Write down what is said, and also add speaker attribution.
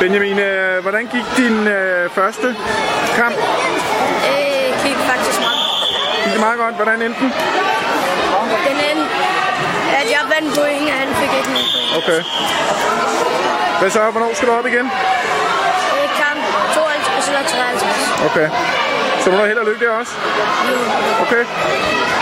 Speaker 1: Benjamin, øh, hvordan gik din øh, første kamp?
Speaker 2: Øh, gik faktisk meget.
Speaker 1: Gik det meget godt? Hvordan endte den?
Speaker 2: Den anden, at jeg vandt point, og han fik ikke nogen point.
Speaker 1: Okay. Hvad så? Hvornår skal du op igen?
Speaker 2: Øh, kamp 52 eller 53.
Speaker 1: Okay. Så må du have held og lykke der også. Okay.